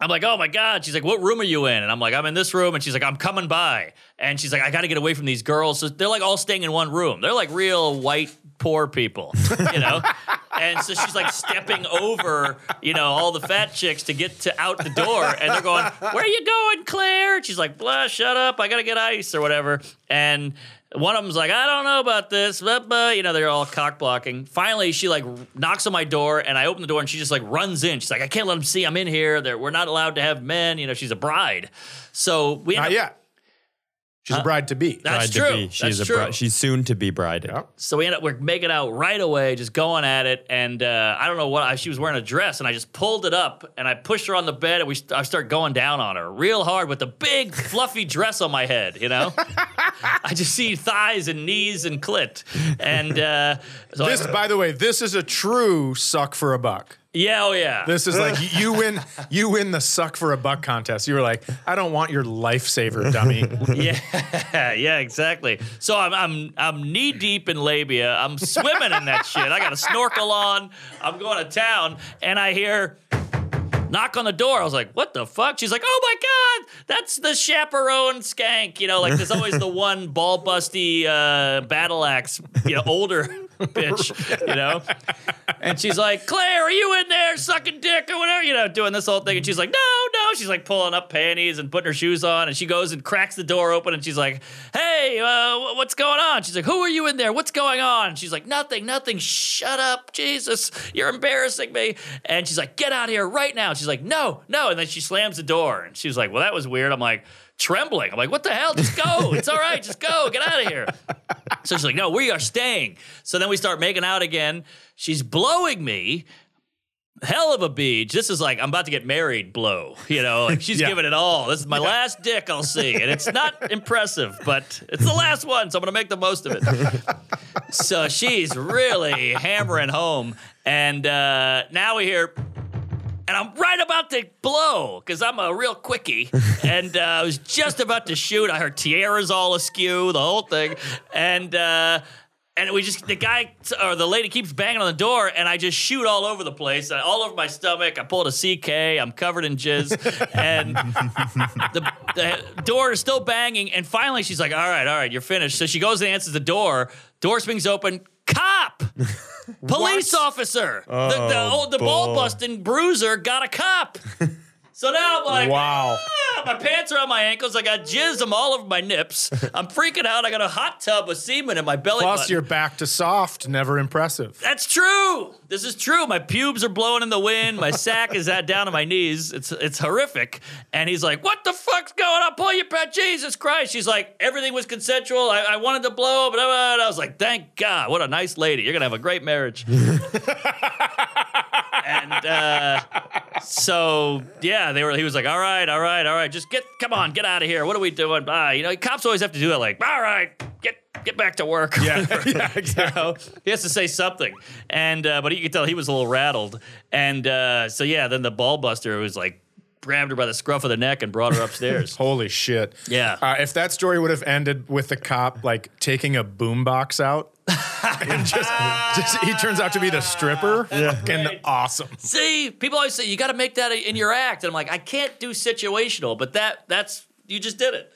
C: I'm like, oh my God. She's like, what room are you in? And I'm like, I'm in this room. And she's like, I'm coming by. And she's like, I got to get away from these girls. So they're like all staying in one room. They're like real white, poor people,
A: <laughs>
C: you know? and so she's like stepping over, you know, all the fat chicks to get to out the door. And they're going, where are you going, Claire? And she's like, blah, shut up. I got to get ice or whatever. And one of them's like, I don't know about this, but, but you know, they're all cock blocking. Finally, she like knocks on my door, and I open the door, and she just like runs in. She's like, I can't let them see I'm in here. They're, we're not allowed to have men. You know, she's a bride. So we end
A: Not
C: up,
A: yet. She's a bride to be.
C: That's
B: Bride to
C: true.
B: be. She's
C: That's
B: a
C: true.
B: bri- she's soon to be brided.
C: So we end up we're making out right away, just going at it, and uh, I don't know what I, she was wearing a dress, and I just pulled it up and I pushed her on the bed, and we st- I start going down on her real hard with a big <laughs> fluffy dress on my head, you know. I just see thighs and knees and clit, and uh, so I-
A: This, by the way, this is a true suck for a buck.
C: yeah, oh yeah,
A: This is
C: <laughs>
A: like you win, you win the suck for a buck contest. You were like, I don't want your lifesaver,
C: <laughs>
A: dummy.
C: yeah, yeah, exactly. So I'm I'm I'm knee deep in labia. I'm swimming in that shit. I got a snorkel on. I'm going to town, and I hear knock on the door. I was like, "What the fuck?" She's like, "Oh my god, that's the chaperone skank." You know, like there's always the one ball busty uh, battle axe, you know, older <laughs> bitch. You know, and she's like, Claire, are you in there sucking dick or whatever? You know, doing this whole thing. And she's like, no, no. She's like pulling up panties and putting her shoes on. And she goes and cracks the door open and she's like, hey, uh, wh- what's going on? She's like, who are you in there? What's going on? And she's like, nothing, nothing. Shut up. Jesus, you're embarrassing me. And she's like, get out of here right now. She's like, no, no. And then she slams the door. And she's like, well, that was weird. I'm like, trembling. I'm like, what the hell? Just go. It's all right. Just go. Get out of here. So she's like, no, we are staying. So then we start making out again. She's blowing me. Hell of a beach. This is like, I'm about to get married blow. You know, like she's
A: <laughs> Yeah.
C: giving it all. This is my last dick I'll see. And it's
A: <laughs>
C: not impressive, but it's the last one. So I'm going to make the most of it so she's really hammering home. And uh, now we hear, and I'm right about to blow because I'm a real quickie. And uh, I was just about to shoot. I heard tiaras all askew, the whole thing. And, uh, and we just, the guy or the lady keeps banging on the door, and I just shoot all over the place, uh, all over my stomach. I pulled a CK, I'm covered in jizz. And the, the door is still banging, and finally she's like, "All right, all right, you're finished." So she goes and answers the door. Door swings open. Cop, police officer, the the, old, the
B: boy.
C: ball busting bruiser got
A: <laughs>
C: a cop. so now I'm like,
A: Wow.
C: "Ah, my pants are on my ankles. I got jizz I'm all over my nips. I'm freaking out. I got a hot tub of semen in my belly.
A: Plus,
C: button.
A: you're back to soft, never impressive.
C: That's true. This is true. My pubes are blowing in the wind. My sack is at down to my knees. It's it's horrific. And he's like, "What the fuck's going on? Pull your pet, Jesus Christ!" She's like, "Everything was consensual. I, I wanted to blow, but uh," I was like, thank God, what a nice lady. You're gonna have a great marriage."
A: <laughs>
C: and uh, so yeah, they were. He was like, "All right, all right, all right. Just get, come on, get out of here. What are we doing?" Bye. You know, cops always have to do that. Like, "All right, get get back to work." <laughs> Yeah, exactly. he has to say something, and uh, but you could tell he was a little rattled. And uh, so yeah, then the ball buster was like grabbed her by the scruff of the neck and brought her <laughs> upstairs.
A: Holy shit.
C: Yeah.
A: Uh, if that story would have ended with the cop like taking a boombox out and
C: <laughs>
A: just, just he turns out to be the stripper. Fucking awesome.
C: See, people always say you got to make that in your act, and I'm like, I can't do situational, but that that's you just did it.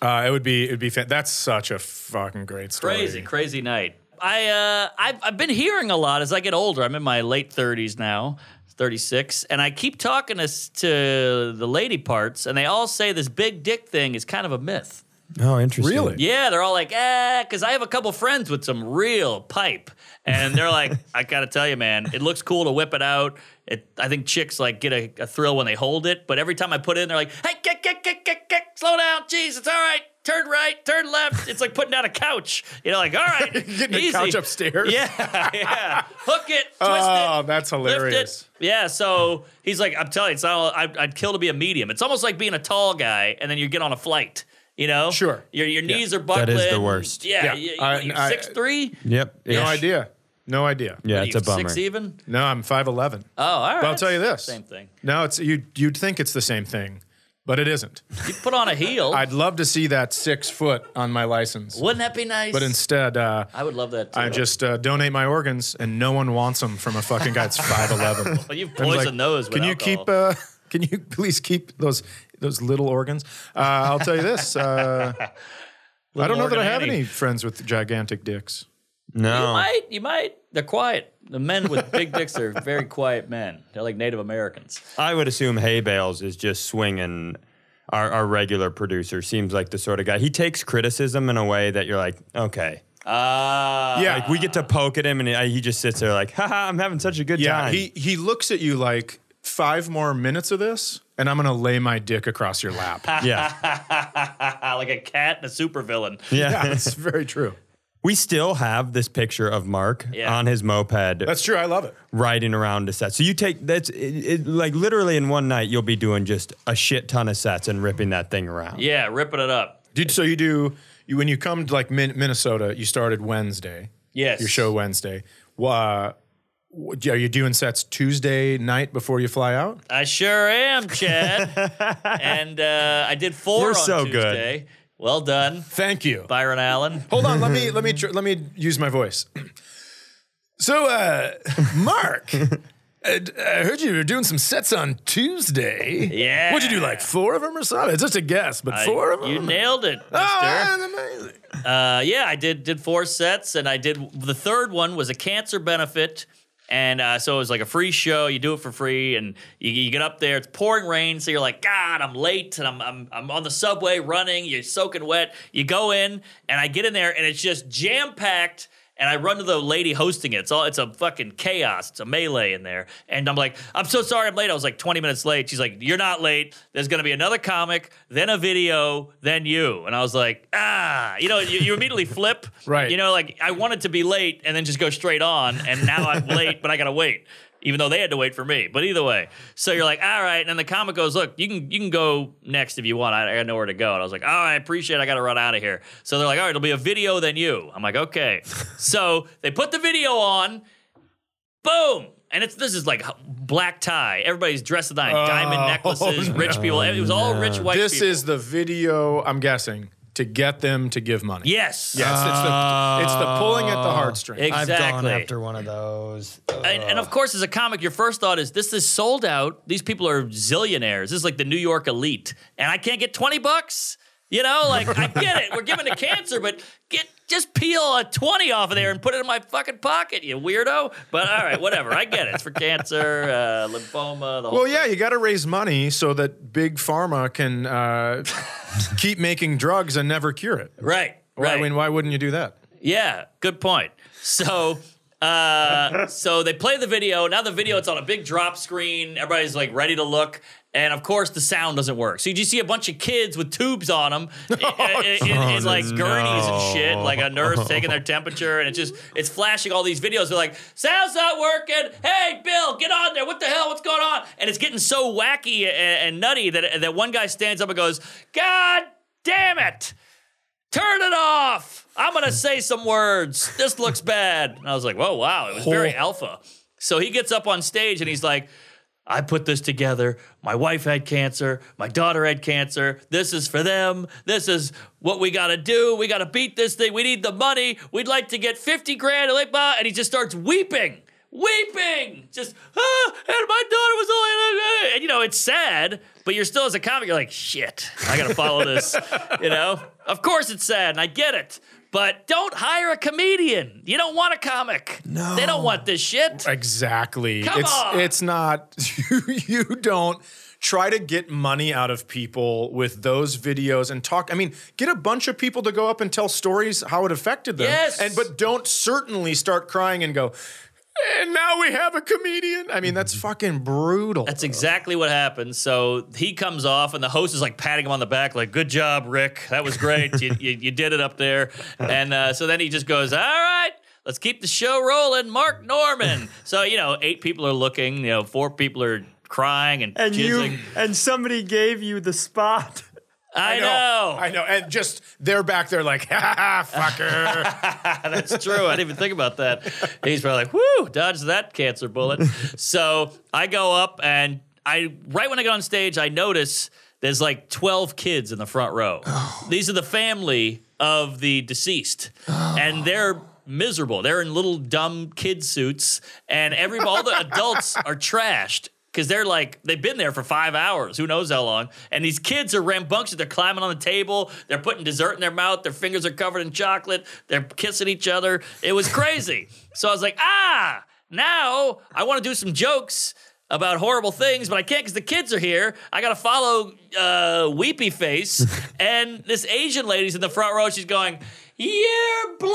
A: Uh, it would be it would be fan- that's such a fucking great story.
C: Crazy, crazy night. I uh, I've, I've been hearing a lot as I get older. I'm in my late 30s now, 36, and I keep talking to, s- to the lady parts, and they all say this big dick thing is kind of a myth.
B: Oh, interesting.
A: Really?
C: Yeah, they're all like, eh, because I have a couple friends with some real pipe, and they're like, <laughs> I gotta tell you, man, it looks cool to whip it out. It, I think chicks like get a, a thrill when they hold it, but every time I put it in, they're like, hey, kick, kick, kick, kick, kick, slow down, jeez, it's all right. Turn right, turn left. It's like putting down a couch. You know, like all
A: <laughs>
C: right,
A: Getting
C: easy.
A: a couch upstairs.
C: <laughs> Yeah, yeah. Hook it, twist
A: Oh,
C: it,
A: that's hilarious.
C: lift it. Yeah. So he's like, I'm telling you, it's not, I'd, I'd kill to be a medium. It's almost like being a tall guy and then you get on a flight. You know,
A: Sure.
C: Your your knees are
B: That
C: buckling.
B: is the worst.
A: Yeah.
C: Yeah, you-
A: I-
C: you're
A: I-
C: six three.
B: Yep.
A: No
B: Yeah.
A: idea. No idea.
B: Yeah, it's a bummer.
C: Six even.
A: No, I'm 5'11.
C: Oh, all right.
A: But I'll tell you this.
C: Same thing.
A: No, it's you you'd think it's the same thing, but it isn't.
C: You put on
A: <laughs>
C: a heel.
A: I'd love to see that six foot on my license.
C: Wouldn't that be nice?
A: But instead, uh,
C: I would love that too.
A: I just uh, donate my organs, and no one wants them from a fucking guy that's five eleven.
C: <laughs> Well, you've poisoned those. With
A: Can you
C: alcohol."
A: keep? Uh, <laughs> can you please keep those those little organs? Uh, I'll tell you this. Uh,
C: <laughs>
A: I don't know that I
C: organ
A: have
C: Annie.
A: any friends with gigantic dicks. uh, um,
C: You
B: No.
C: might. You might. They're quiet. The men with big dicks are very quiet men. They're like Native Americans.
B: I would assume hay bales is just swinging. Our, our regular producer seems like the sort of guy. He takes criticism in a way that you're like, okay.
C: Ah.
A: Yeah,
B: Like we get to poke at him, and he he just sits there like, haha, I'm having such a good
A: yeah.
B: time.
A: He he looks at you like five more minutes of this, and I'm gonna lay my dick across your lap.
B: yeah,
C: like a cat and a supervillain.
B: yeah.
A: That's very true.
B: We still have this picture of Mark
C: Yeah.
B: on his moped
A: That's true. I love it.
B: riding around to sets. So you take that's it, it, like literally in one night you'll be doing just a shit ton of sets and ripping that thing around.
C: Yeah, ripping it up.
A: Dude, so you do you when you come to like Min- Minnesota, you started Wednesday.
C: Yes.
A: Your show Wednesday. Wha- what- are you doing sets Tuesday night before you fly out?
C: I sure
B: <laughs>
C: am, Chad. and uh, I did 4
B: You're
C: on
B: so good.
C: Tuesday. Well done,
A: Thank you.
C: Byron Allen.
A: Hold on, let me let me tr- let me use my voice. <clears throat> So, uh, Mark, I, I heard you were doing some sets on Tuesday.
C: Yeah.
A: What'd you do? Like four of them or something? It's just a guess, but
C: I-
A: four of them.
C: You nailed it, mister.
A: Oh,
B: Ah!
A: that's amazing.
C: Uh, yeah, I did did four sets, and I did the third one was a cancer benefit, and uh, so it was like a free show. You do it for free, and you, you get up there. It's pouring rain, so you're like, God, I'm late, and I'm I'm I'm on the subway running. You're soaking wet. You go in, and I get in there, and it's just jam packed. And I run to the lady hosting it. It's all it's a fucking chaos. It's a melee in there. And I'm like, I'm so sorry I'm late. I was like 20 minutes late. She's like, You're not late. There's gonna be another comic, then a video, then you. And I was like, ah, you know, you, you immediately <laughs> flip.
A: Right.
C: You know, like I wanted to be late and then just go straight on, and now I'm late, but I gotta wait. Even though they had to wait for me. But either way. So you're like, all right. And then the comic goes, look, you can you can go next if you want. I, I got nowhere to go. And I was like, all right, appreciate it. I gotta run out of here. So they're like, all right, it'll be a video, then you. I'm like, okay. so they put the video on boom. And it's this is like h- black tie. Everybody's dressed in like diamond necklaces. Rich people. It was all rich white.
A: This
C: people.
A: is the video, I'm guessing, to get them to give money.
C: yes. Oh.
A: Yeah, it's, it's the, it's the pulling at the heartstrings.
C: Exactly.
B: one of those.
C: and, and
A: Uh.
C: of course, as a comic, your first thought is, "This is sold out. These people are zillionaires. This is like the New York elite, and I can't get twenty bucks." You know,
A: <laughs>
C: like I get it. We're giving to cancer, but get just peel a twenty off of there and put it in my fucking pocket, you weirdo. But all right, whatever. I get it. It's for cancer, uh, lymphoma, the whole.
A: Well, yeah, you got to raise money so that big pharma can uh, <laughs> keep making drugs and never cure it.
C: Right.
A: Well,
C: Right.
A: I mean, why wouldn't you do that?
C: Yeah, good point. So, uh, so they play the video. Now the video, it's on a big drop screen. Everybody's like ready to look. And of course, the sound doesn't work. So you just see a bunch of kids with tubes on <laughs> them, in, in- in- in, like gurneys and shit, like a nurse taking their temperature, and it's just it's flashing all these videos. They're like, "Sound's not working. Hey, Bill, get on there. What the hell? What's going on?" And it's getting so wacky and, and nutty that that one guy stands up and goes, "God damn it!" turn it off. I'm going to say some words. This looks bad. And I was like, whoa, wow. It was very alpha. So he gets up on stage and he's like, I put this together. My wife had cancer. My daughter had cancer. This is for them. This is what we got to do. We got to beat this thing. We need the money. We'd like to get 50 grand. like, bah. And he just starts weeping, weeping. Just, ah, and my daughter was all, and you know, it's sad, but you're still as a <laughs> comic, you're like, shit, I got to follow this, you know? Of course it's sad, and I get it. But don't hire a comedian. You don't want a comic. No. They don't want this shit.
A: Exactly.
C: Come
A: it's
C: on.
A: it's not <laughs> you, you don't try to get money out of people with those videos and talk. I mean, get a bunch of people to go up and tell stories how it affected them.
C: Yes.
A: And but don't certainly start crying and go, and now we have a comedian. I mean, that's fucking brutal.
C: Mm-hmm. That's exactly what happened. So he comes off, and the host is like patting him on the back, like, "Good job, Rick. That was great. you, you, you did it up there." And uh, so then he just goes, "All right." Let's keep the show rolling, Mark Norman. So you know, eight people are looking. You know, four people are crying and,
B: And you
C: jizzing.
B: and somebody gave you the spot.
C: I, know.
A: I know. And just they're back there like, ha ha, fucker.
C: <laughs> That's true. I didn't even think about that. He's probably like, "Whoo, dodge that cancer bullet." so I go up, and I right when I get on stage, I notice there's like 12 kids in the front row. These are the family of the deceased, and they're miserable. They're in little dumb kid suits, and every all the adults are trashed. Cause they're like they've been there for five hours, who knows how long, and these kids are rambunctious. They're climbing on the table, they're putting dessert in their mouth, their fingers are covered in chocolate, they're kissing each other. It was crazy. so I was like, ah, now I want to do some jokes about horrible things, but I can't because the kids are here. I gotta follow uh, Weepy Face, and this Asian lady's in the front row. She's going, "You're blowing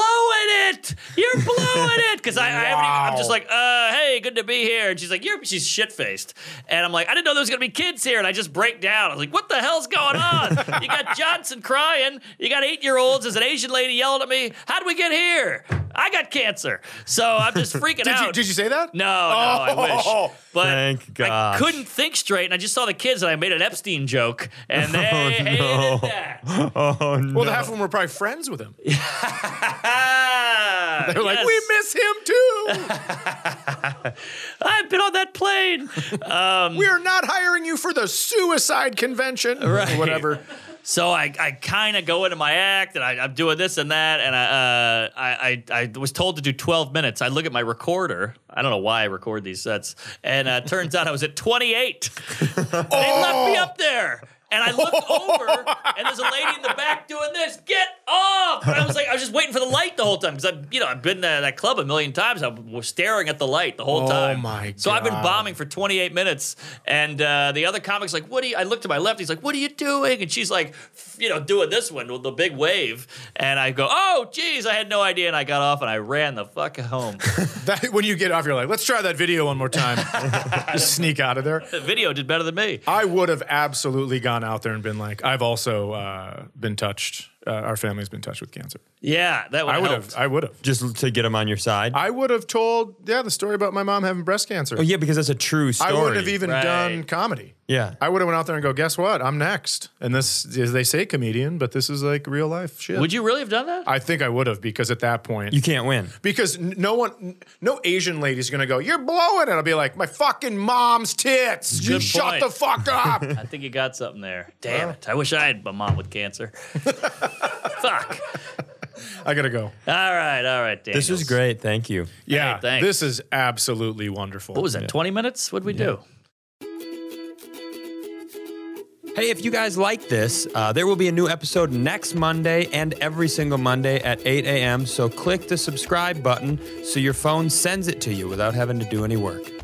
C: it! You're blowing it!" Because I, I haven't even, I'm just like, "Uh, hey, good to be here." And she's like, "You're," she's shit faced, and I'm like, "I didn't know there was gonna be kids here," and I just break down. I was like, "What the hell's going on? you
A: <laughs>
C: got Johnson crying. You got eight year olds. There's an Asian lady yelling at me. How would we get here? I got cancer, so
A: <laughs>
C: I'm just freaking
A: did,
C: out."
A: you, did you say that?
C: No, no, I wish.
A: Oh.
C: <laughs> But
B: Thank
C: I
B: gosh.
C: couldn't think straight, and I just saw the kids, and I made an Epstein joke,
A: <laughs> Oh,
C: and they hated
B: no.
C: that.
B: Oh no!
A: Well, half of them were probably friends with him.
C: Ah,
A: They're like,
C: yes.
A: we miss him
C: <laughs>
A: too.
C: I've been on
A: <laughs>
C: that plane.
A: we are not hiring you for the suicide
C: <laughs>
A: convention or whatever.
C: So I, I kind of go into my act and I, I'm doing this and that. And I, uh, I, I, I was told to do 12 minutes. I look at my recorder. I don't know why I record these sets. And uh, turns out I was at 28. They left me up
A: Oh.
C: there. And I
A: <laughs>
C: looked over and there's a lady in the back doing this. Get off! And I was like, I was just waiting for the light the whole time because I've, you know, I've been to that club a million times. I was staring at the light the
A: Oh
C: whole time.
A: my
C: So I've been
A: God.
C: bombing for 28 minutes, and uh, the other comic's like, "What are you?" I look to my left. He's like, "What are you doing?" And she's like, f- "You know, doing this one with the big wave." And I go, "Oh, geez, I had no idea." And I got off and I ran the fuck home. <laughs>
A: That, when you get off, you're like, let's try that video one more time. Just sneak out of there.
C: the video did better than me.
A: I would have absolutely gone out there and been like, I've also uh, been touched. Uh, our family's been touched with cancer.
C: Yeah, that would
A: I would
C: helped.
A: have. I would have.
B: Just to get them on your side.
A: I would have told, yeah, the story about my mom having breast cancer.
B: oh yeah, because that's a true story.
A: I wouldn't have even
C: Right.
A: done comedy.
B: Yeah.
A: I would have went out there and go, guess what? I'm next. And this, is they say comedian, but this is like real life shit.
C: Would you really have done that?
A: I think I would have because at that point,
B: you can't win.
A: because n- no one, n- no Asian lady's gonna go, you're blowing it. I'll be like, my fucking mom's tits. You
C: Good
A: shut
C: point.
A: the fuck
C: <laughs>
A: up.
C: I think you got something there. Damn it! I wish I had my mom with <laughs> cancer. fuck.
A: I gotta go.
C: All right, all right, Daniels.
B: This is great. Thank you.
A: Yeah,
C: Hey, thanks.
A: this is absolutely wonderful.
C: What was that? 20 minutes? What'd we do?
B: Hey, if you guys like this, uh, there will be a new episode next Monday and every single Monday at 8 a.m. So click the subscribe button so your phone sends it to you without having to do any work.